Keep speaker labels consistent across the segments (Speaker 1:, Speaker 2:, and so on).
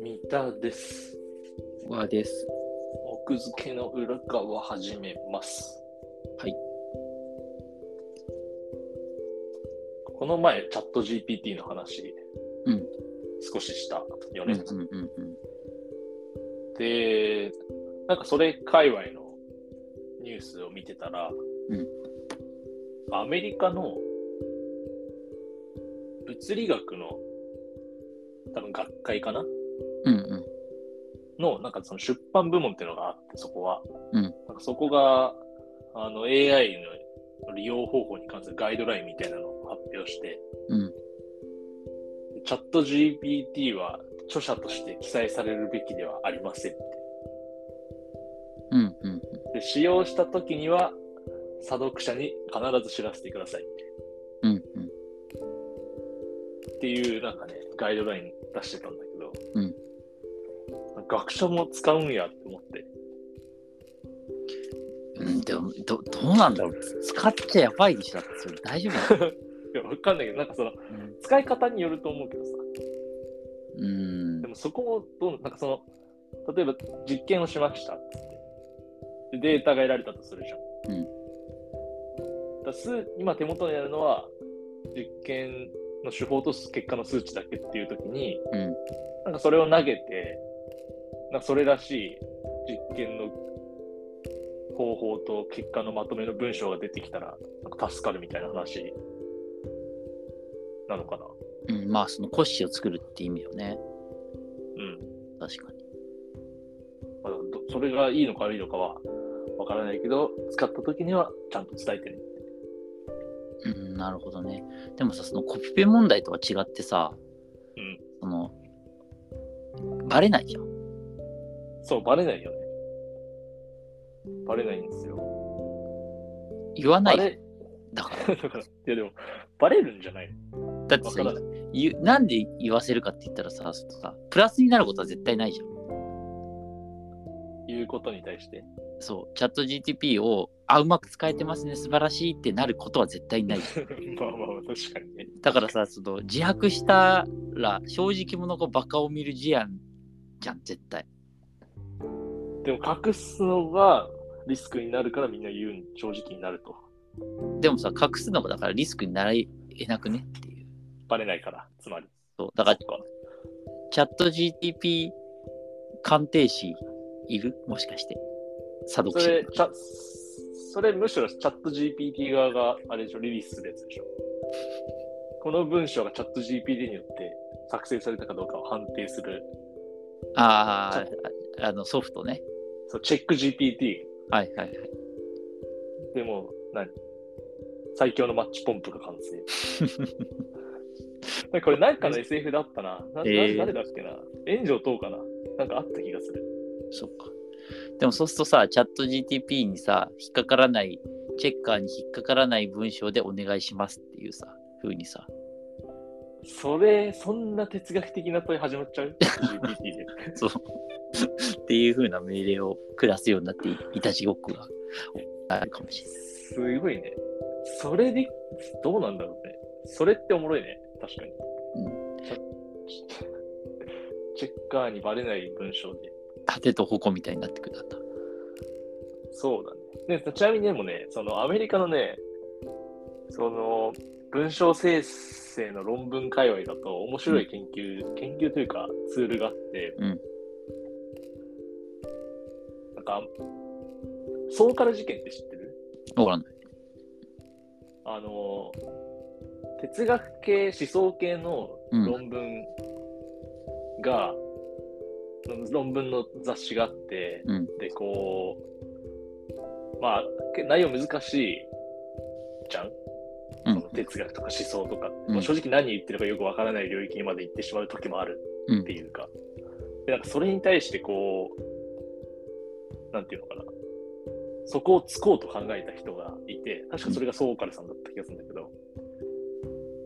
Speaker 1: 三田です。
Speaker 2: はです。
Speaker 1: 奥付けの裏側始めます。
Speaker 2: はい。
Speaker 1: この前、チャット GPT の話、
Speaker 2: うん
Speaker 1: 少ししたよ
Speaker 2: うん
Speaker 1: ね。
Speaker 2: うんうんうん。
Speaker 1: で、なんかそれ界隈のニュースを見てたら、
Speaker 2: うん
Speaker 1: アメリカの物理学の多分学会かな
Speaker 2: うんうん。
Speaker 1: の、なんかその出版部門っていうのがあって、そこは。
Speaker 2: うん
Speaker 1: なんかそこが、あの、AI の利用方法に関するガイドラインみたいなのを発表して、
Speaker 2: うん
Speaker 1: チャット GPT は著者として記載されるべきではありません。
Speaker 2: うんうん。
Speaker 1: で使用した時には、査読者に必ず知らせてください
Speaker 2: うんうん。
Speaker 1: っていう、なんかね、ガイドライン出してたんだけど、
Speaker 2: うん
Speaker 1: 学者も使うんやって思って。
Speaker 2: うん、でもど、どうなんだろう。使っちゃやばいでしょ。だってそれ大丈夫な
Speaker 1: い
Speaker 2: の
Speaker 1: や、わかんないけど、なんかその、使い方によると思うけどさ。
Speaker 2: うん
Speaker 1: で。もそこをどう、なんかその、例えば実験をしましたっつって。で、データが得られたとするじゃん。
Speaker 2: うん
Speaker 1: だ数今手元にあるのは、実験の手法と結果の数値だけっていうときに、
Speaker 2: うん。
Speaker 1: なんかそれを投げて、なんかそれらしい実験の方法と結果のまとめの文章が出てきたら、なんか助かるみたいな話なのかな。
Speaker 2: うん。まあ、その骨子を作るって意味よね。
Speaker 1: うん。
Speaker 2: 確かに。
Speaker 1: まあ、どそれがいいのか悪いのかはわからないけど、使った時にはちゃんと伝えてね。
Speaker 2: うん、なるほどね。でもさ、そのコピペ問題とは違ってさ、
Speaker 1: うん
Speaker 2: その、バレないじゃん。
Speaker 1: そう、バレないよね。バレないんですよ。
Speaker 2: 言わな
Speaker 1: バ
Speaker 2: い。
Speaker 1: レ、
Speaker 2: だから。
Speaker 1: だから、いやでも、バレるんじゃない
Speaker 2: だって
Speaker 1: わ
Speaker 2: さ
Speaker 1: からない。
Speaker 2: 言うなんで言わせるかって言ったらさ、そのさプラスになることは絶対ないじゃん。
Speaker 1: いうことに対して。
Speaker 2: そう、チャット GTP を、あ、うまく使えてますね、素晴らしいってなることは絶 対ない。
Speaker 1: まあまあ、確かにね。
Speaker 2: だからさ、その自白したら、正直者がバカを見る事案じゃん、絶対。
Speaker 1: でも、隠すのがリスクになるからみんな言うん、正直になると。
Speaker 2: でもさ、隠すのもだからリスクにならえなくねっていう。
Speaker 1: バレないから、つまり。
Speaker 2: そうだから、
Speaker 1: そっか
Speaker 2: チャット GTP 鑑定士いるもしかして。査読
Speaker 1: そ
Speaker 2: 者
Speaker 1: れ、。チャそれむしろチャット GPT 側があれでしょ、リリースするやつでしょ。この文章がチャット GPT によって作成されたかどうかを判定する、
Speaker 2: あーあ、あのソフトね。
Speaker 1: そうチェック GPT。
Speaker 2: はいはいはい。
Speaker 1: でも、何最強のマッチポンプが完 成。これなんかの SF だったな。なな
Speaker 2: えー
Speaker 1: 誰だっけな炎上等かななんかあった気がする。
Speaker 2: そっか。でもそうするとさ、チャット GTP にさ、引っかからない、チェッカーに引っかからない文章でお願いしますっていうさ、風に さ、
Speaker 1: それ、そんな哲学的な問い始まっちゃう ?GPT で。
Speaker 2: そう。 っていう風な命令を下すようになってい、いたちごっこがあるかもしれない。
Speaker 1: すごいね。それで、どうなんだろうね。それっておもろいね。確かに。チャチェッカーにバレない文章で。
Speaker 2: 盾と矛みたいになってくるんだ。
Speaker 1: そうだね。でちなみにでもね、そのアメリカのね、その文章生成の論文界隈だと面白い研究、研究というかツールがあって、
Speaker 2: うん
Speaker 1: なんか、ソーカル事件って知ってる
Speaker 2: わからない。
Speaker 1: あの哲学系思想系の
Speaker 2: うん
Speaker 1: 論文が、論文の雑誌があって、
Speaker 2: うん
Speaker 1: でこうまあけ内容難しいじゃん、
Speaker 2: うん
Speaker 1: その哲学とか思想とか、
Speaker 2: うん
Speaker 1: まあ正直何言ってるかよくわからない領域にまで行ってしまう時もある
Speaker 2: うん
Speaker 1: っていうか、でなんかそれに対してこうなんていうのかなそこをつこうと考えた人がいて、確かそれがソーカルさんだった気がするんだけど、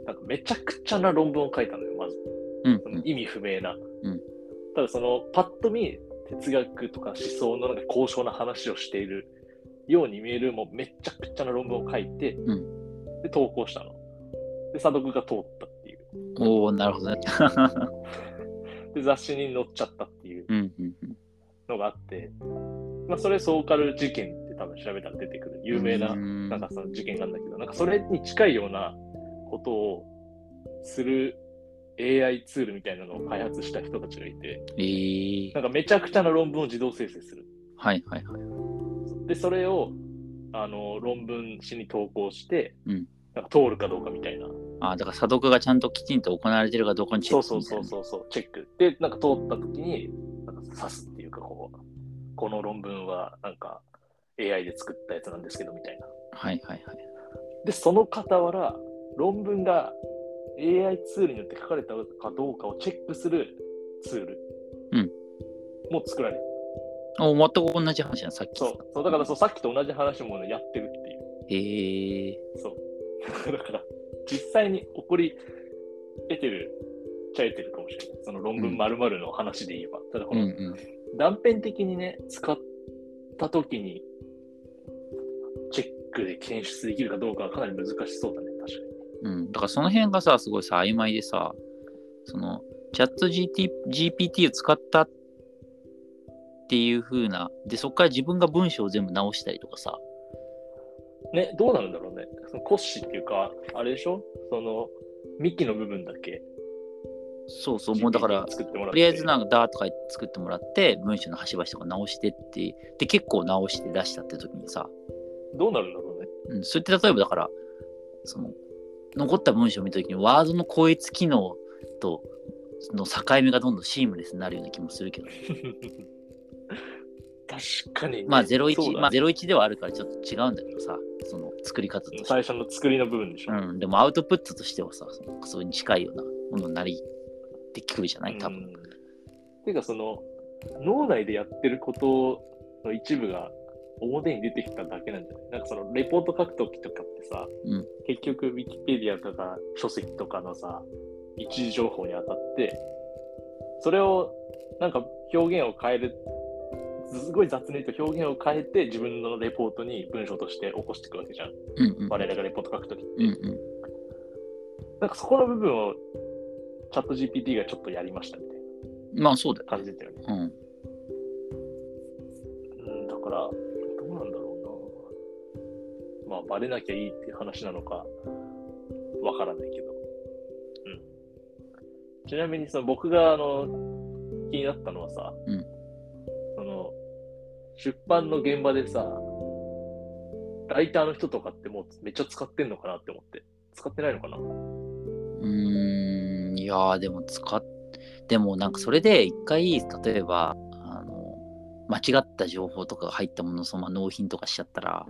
Speaker 1: なんかめちゃくちゃな論文を書いたのよ、まず。
Speaker 2: うん
Speaker 1: その意味不明な。
Speaker 2: うん
Speaker 1: ただその、パッと見、哲学とか思想のなんか高尚な話をしているように見える、もうめっちゃくちゃな論文を書いて、
Speaker 2: う
Speaker 1: で、投稿したの。で、査読が通ったっていう。
Speaker 2: おおなるほどね。
Speaker 1: で、雑誌に載っちゃったっていう
Speaker 2: うんうんうん
Speaker 1: のがあって、まあ、それ、ソーカル事件って多分調べたら出てくる、有名な、
Speaker 2: うん
Speaker 1: なんかその事件なんだけど、なんかそれに近いようなことをする AI ツールみたいなのを開発した人たちがいて、
Speaker 2: えー
Speaker 1: なんかめちゃくちゃな論文を自動生成する。
Speaker 2: はいはいはい。
Speaker 1: で、それをあの論文誌に投稿して、
Speaker 2: うん
Speaker 1: なんか通るかどうかみたいな。
Speaker 2: あだから査読がちゃんときちんと行われてるかどうかにチェ
Speaker 1: そう
Speaker 2: ック
Speaker 1: そうそうそうそう、チェック。で、なんか通った時に、なんか刺すっていうか、こう、この論文はなんか AI で作ったやつなんですけどみたいな。
Speaker 2: はいはいはい。
Speaker 1: で、その傍ら、論文が AI ツールによって書かれたかどうかをチェックするツール
Speaker 2: うん
Speaker 1: も作られてる。
Speaker 2: お全く同じ話だ、さっき。
Speaker 1: そう。そうだからそうさっきと同じ話も、ね、やってるっていう。
Speaker 2: ええ
Speaker 1: そう。 だから、実際に起こり得てるっちゃ得てるかもしれない。その論
Speaker 2: うん
Speaker 1: 文まるの話で言えば。ただ、こ
Speaker 2: うん
Speaker 1: の
Speaker 2: うん。
Speaker 1: 断片的にね、使った時に、チェックで検出できるかどうかはかなり難しそうだね、確か
Speaker 2: うん、だからその辺がさ、すごいさ、曖昧でさ、その、チャット GT GPT を使ったっていう風な、で、そこから自分が文章を全部直したりとかさ、
Speaker 1: に。ね、どうなるんだろうね。その骨子っていうか、あれでしょその、幹の部分だけ。
Speaker 2: そうそう、もうだから、
Speaker 1: 作ってもらって。
Speaker 2: とりあえずなんかダーッとか作ってもらって、文章の端々とか直してって、で、結構直して出したって時にさ、
Speaker 1: どうなるんだろうね。
Speaker 2: うん、それって例えばだから、その、残った文章を見た時に、ワードの超越機能と、の境目がどんどんシームレスになるような気もするけど、
Speaker 1: 確かにね、
Speaker 2: まあ
Speaker 1: そう
Speaker 2: 01、
Speaker 1: だ
Speaker 2: まあ01ではあるからちょっと違うんだけどさ、その作り方として。
Speaker 1: 最初の作りの部分でしょ。
Speaker 2: うん、でもアウトプットとしてはさ、そのそれに近いようなものになりってくるじゃない多分。
Speaker 1: うんていうかその脳内でやってることの一部が表に出てきただけなんじゃないなんかそのレポート書くときとかってさ、
Speaker 2: うん
Speaker 1: 結局ウィキペディアとか書籍とかのさ一時情報に当たってそれをなんか表現を変えるすごい雑に言うと表現を変えて自分のレポートに文章として起こしていくわけじゃん
Speaker 2: うんうん。
Speaker 1: 我々がレポート書くときって、
Speaker 2: うんうん。
Speaker 1: なんかそこの部分をチャット GPT がちょっとやりましたみたい
Speaker 2: まあそうだ
Speaker 1: な感
Speaker 2: よ、ね。
Speaker 1: じだよね
Speaker 2: うん。
Speaker 1: うん、だから、どうなんだろうな。まあ、バレなきゃいいっていう話なのか、わからないけど。うん。ちなみに、その僕が、あの、気になったのはさ、
Speaker 2: うん
Speaker 1: その、出版の現場でさ、ライターの人とかってもうめっちゃ使ってんのかなって思って。使ってないのかな
Speaker 2: うーん、いやーでも使っ、でもなんかそれで一回、例えば、あの、間違った情報とかが入ったものをそのまま納品とかしちゃったら、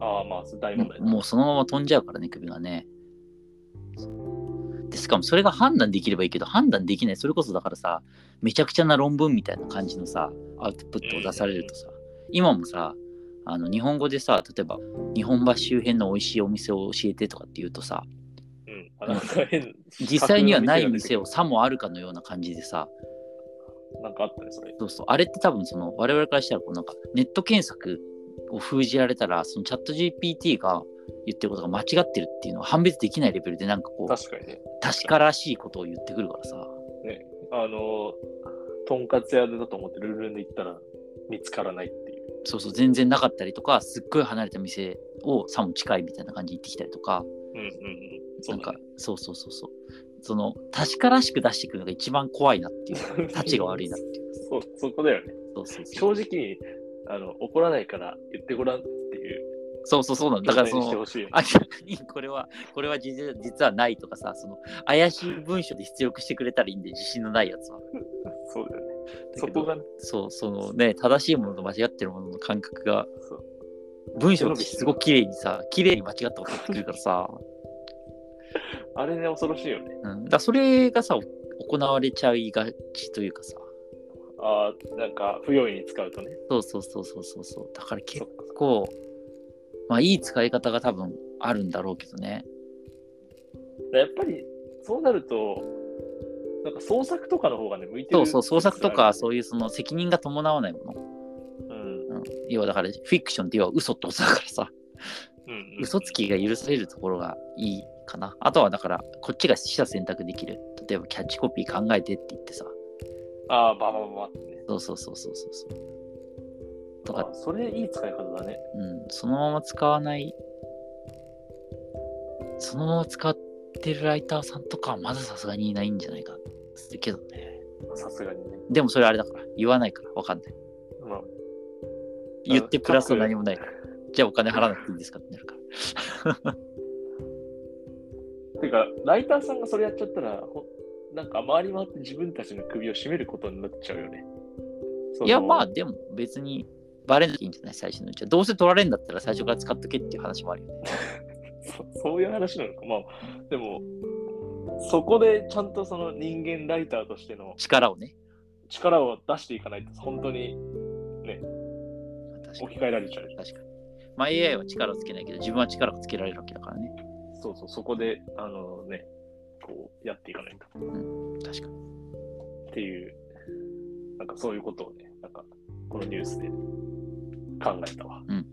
Speaker 1: ああ、まあ、それ大
Speaker 2: も
Speaker 1: 問題
Speaker 2: う
Speaker 1: だ。
Speaker 2: もうそのまま飛んじゃうからね、首がね。でしかもそれが判断できればいいけど、判断できない、それこそだからさ、めちゃくちゃな論文みたいな感じのさ、アウトプットを出されるとさ、今もさ、あの日本語でさ、例えば、日本橋周辺の美味しいお店を教えてとかって言うとさ、
Speaker 1: うん。あなんか変
Speaker 2: 実際にはない店をさもあるかのような感じでさ、
Speaker 1: なんかあったね、それ。
Speaker 2: そうそう、あれって多分その我々からしたらこうなんかネット検索を封じられたら、そのチャット GPT が言ってることが間違ってるっていうのは判別できないレベルでなんかこう、
Speaker 1: 確かにね。
Speaker 2: 確からしいことを言ってくるからさ。
Speaker 1: あの、とんかつ屋だと思ってルンルンで行ったら見つからないっていう。
Speaker 2: そうそう、全然なかったりとか、すっごい離れた店をさも近いみたいな感じに行ってきたりとか、
Speaker 1: うんうんうん。
Speaker 2: なん
Speaker 1: だ
Speaker 2: か
Speaker 1: ね、
Speaker 2: そうそうそうそう。その、確からしく出してくるのが一番怖いなってい う、立ちが悪いなっていう。
Speaker 1: そそこだよね。
Speaker 2: そうそうそう。
Speaker 1: 正直あの、怒らないから言ってごらんっていう。
Speaker 2: そうそうそうなんだ。だからそ
Speaker 1: 状態
Speaker 2: の、
Speaker 1: にしてほしいよ ね
Speaker 2: 明らかにこれは、これは実は実はないとかさ、その、怪しい文章で出力してくれたらいいんで、自信のないやつは。
Speaker 1: そうだよね。
Speaker 2: ど
Speaker 1: そこがね、
Speaker 2: そう、そのね、正しいものと間違ってるものの感覚が、
Speaker 1: そう
Speaker 2: 文章ってすごく綺麗にさ、綺麗に間違ったこと言ってくるからさ。
Speaker 1: あれね、恐ろしいよね。
Speaker 2: うん、だからそれがさ行われちゃいがちというかさ
Speaker 1: ああ、なんか、不用意に使うとね。
Speaker 2: そうそうそうそうそうそうだから
Speaker 1: そ
Speaker 2: 結
Speaker 1: っかそっか
Speaker 2: 構まあいい使い方が多分あるんだろうけどね
Speaker 1: やっぱり、そうなると、なんか創作とかの方がね、向いて
Speaker 2: そ
Speaker 1: る。
Speaker 2: うそう創作とかそういうその責任が伴わないも
Speaker 1: うん。
Speaker 2: の、要はだからフィクションって要は嘘ってことだからさ
Speaker 1: うんうんうん
Speaker 2: 嘘つきが許されるところがいいかなあとはだからこっちが死者選択できる例えばキャッチコピー考えてって言ってさ
Speaker 1: ああ、ばばばばってね。
Speaker 2: そうそうそうそうそうそうと
Speaker 1: あ
Speaker 2: か、
Speaker 1: それいい使い方だね。
Speaker 2: うん、そのまま使わないそのまま使ってるライターさんとかはまださすがにいないんじゃないかするけどね
Speaker 1: さすがにね。
Speaker 2: でもそれあれだから言わないからわかんない
Speaker 1: まあ、
Speaker 2: 言ってプラスは何もない
Speaker 1: か
Speaker 2: じゃあお金払わなくていいんですかってなるから
Speaker 1: ら。てか、ライターさんがそれやっちゃったら、ほなんか回り回って自分たちの首を絞めることになっちゃうよね。その
Speaker 2: いやまあ、でも別にバレなきゃいいんじゃない最初のうちはどうせ取られるんだったら最初から使っとけっていう話もあるよね
Speaker 1: そそういう話なのか。まあ、でも、そこでちゃんとその人間ライターとしての
Speaker 2: 力をね
Speaker 1: 力を出していかないと、本当に
Speaker 2: 確か
Speaker 1: 置き
Speaker 2: に
Speaker 1: 換えられちゃう。
Speaker 2: 確かにまあ AI は力をつけないけど自分は力をつけられるわけだからね
Speaker 1: そうそう、そこで、あのね、こうやっていかないと。
Speaker 2: 確かに
Speaker 1: っていう、なんかそういうことをね、なんかこのニュースで考えたわ。
Speaker 2: うん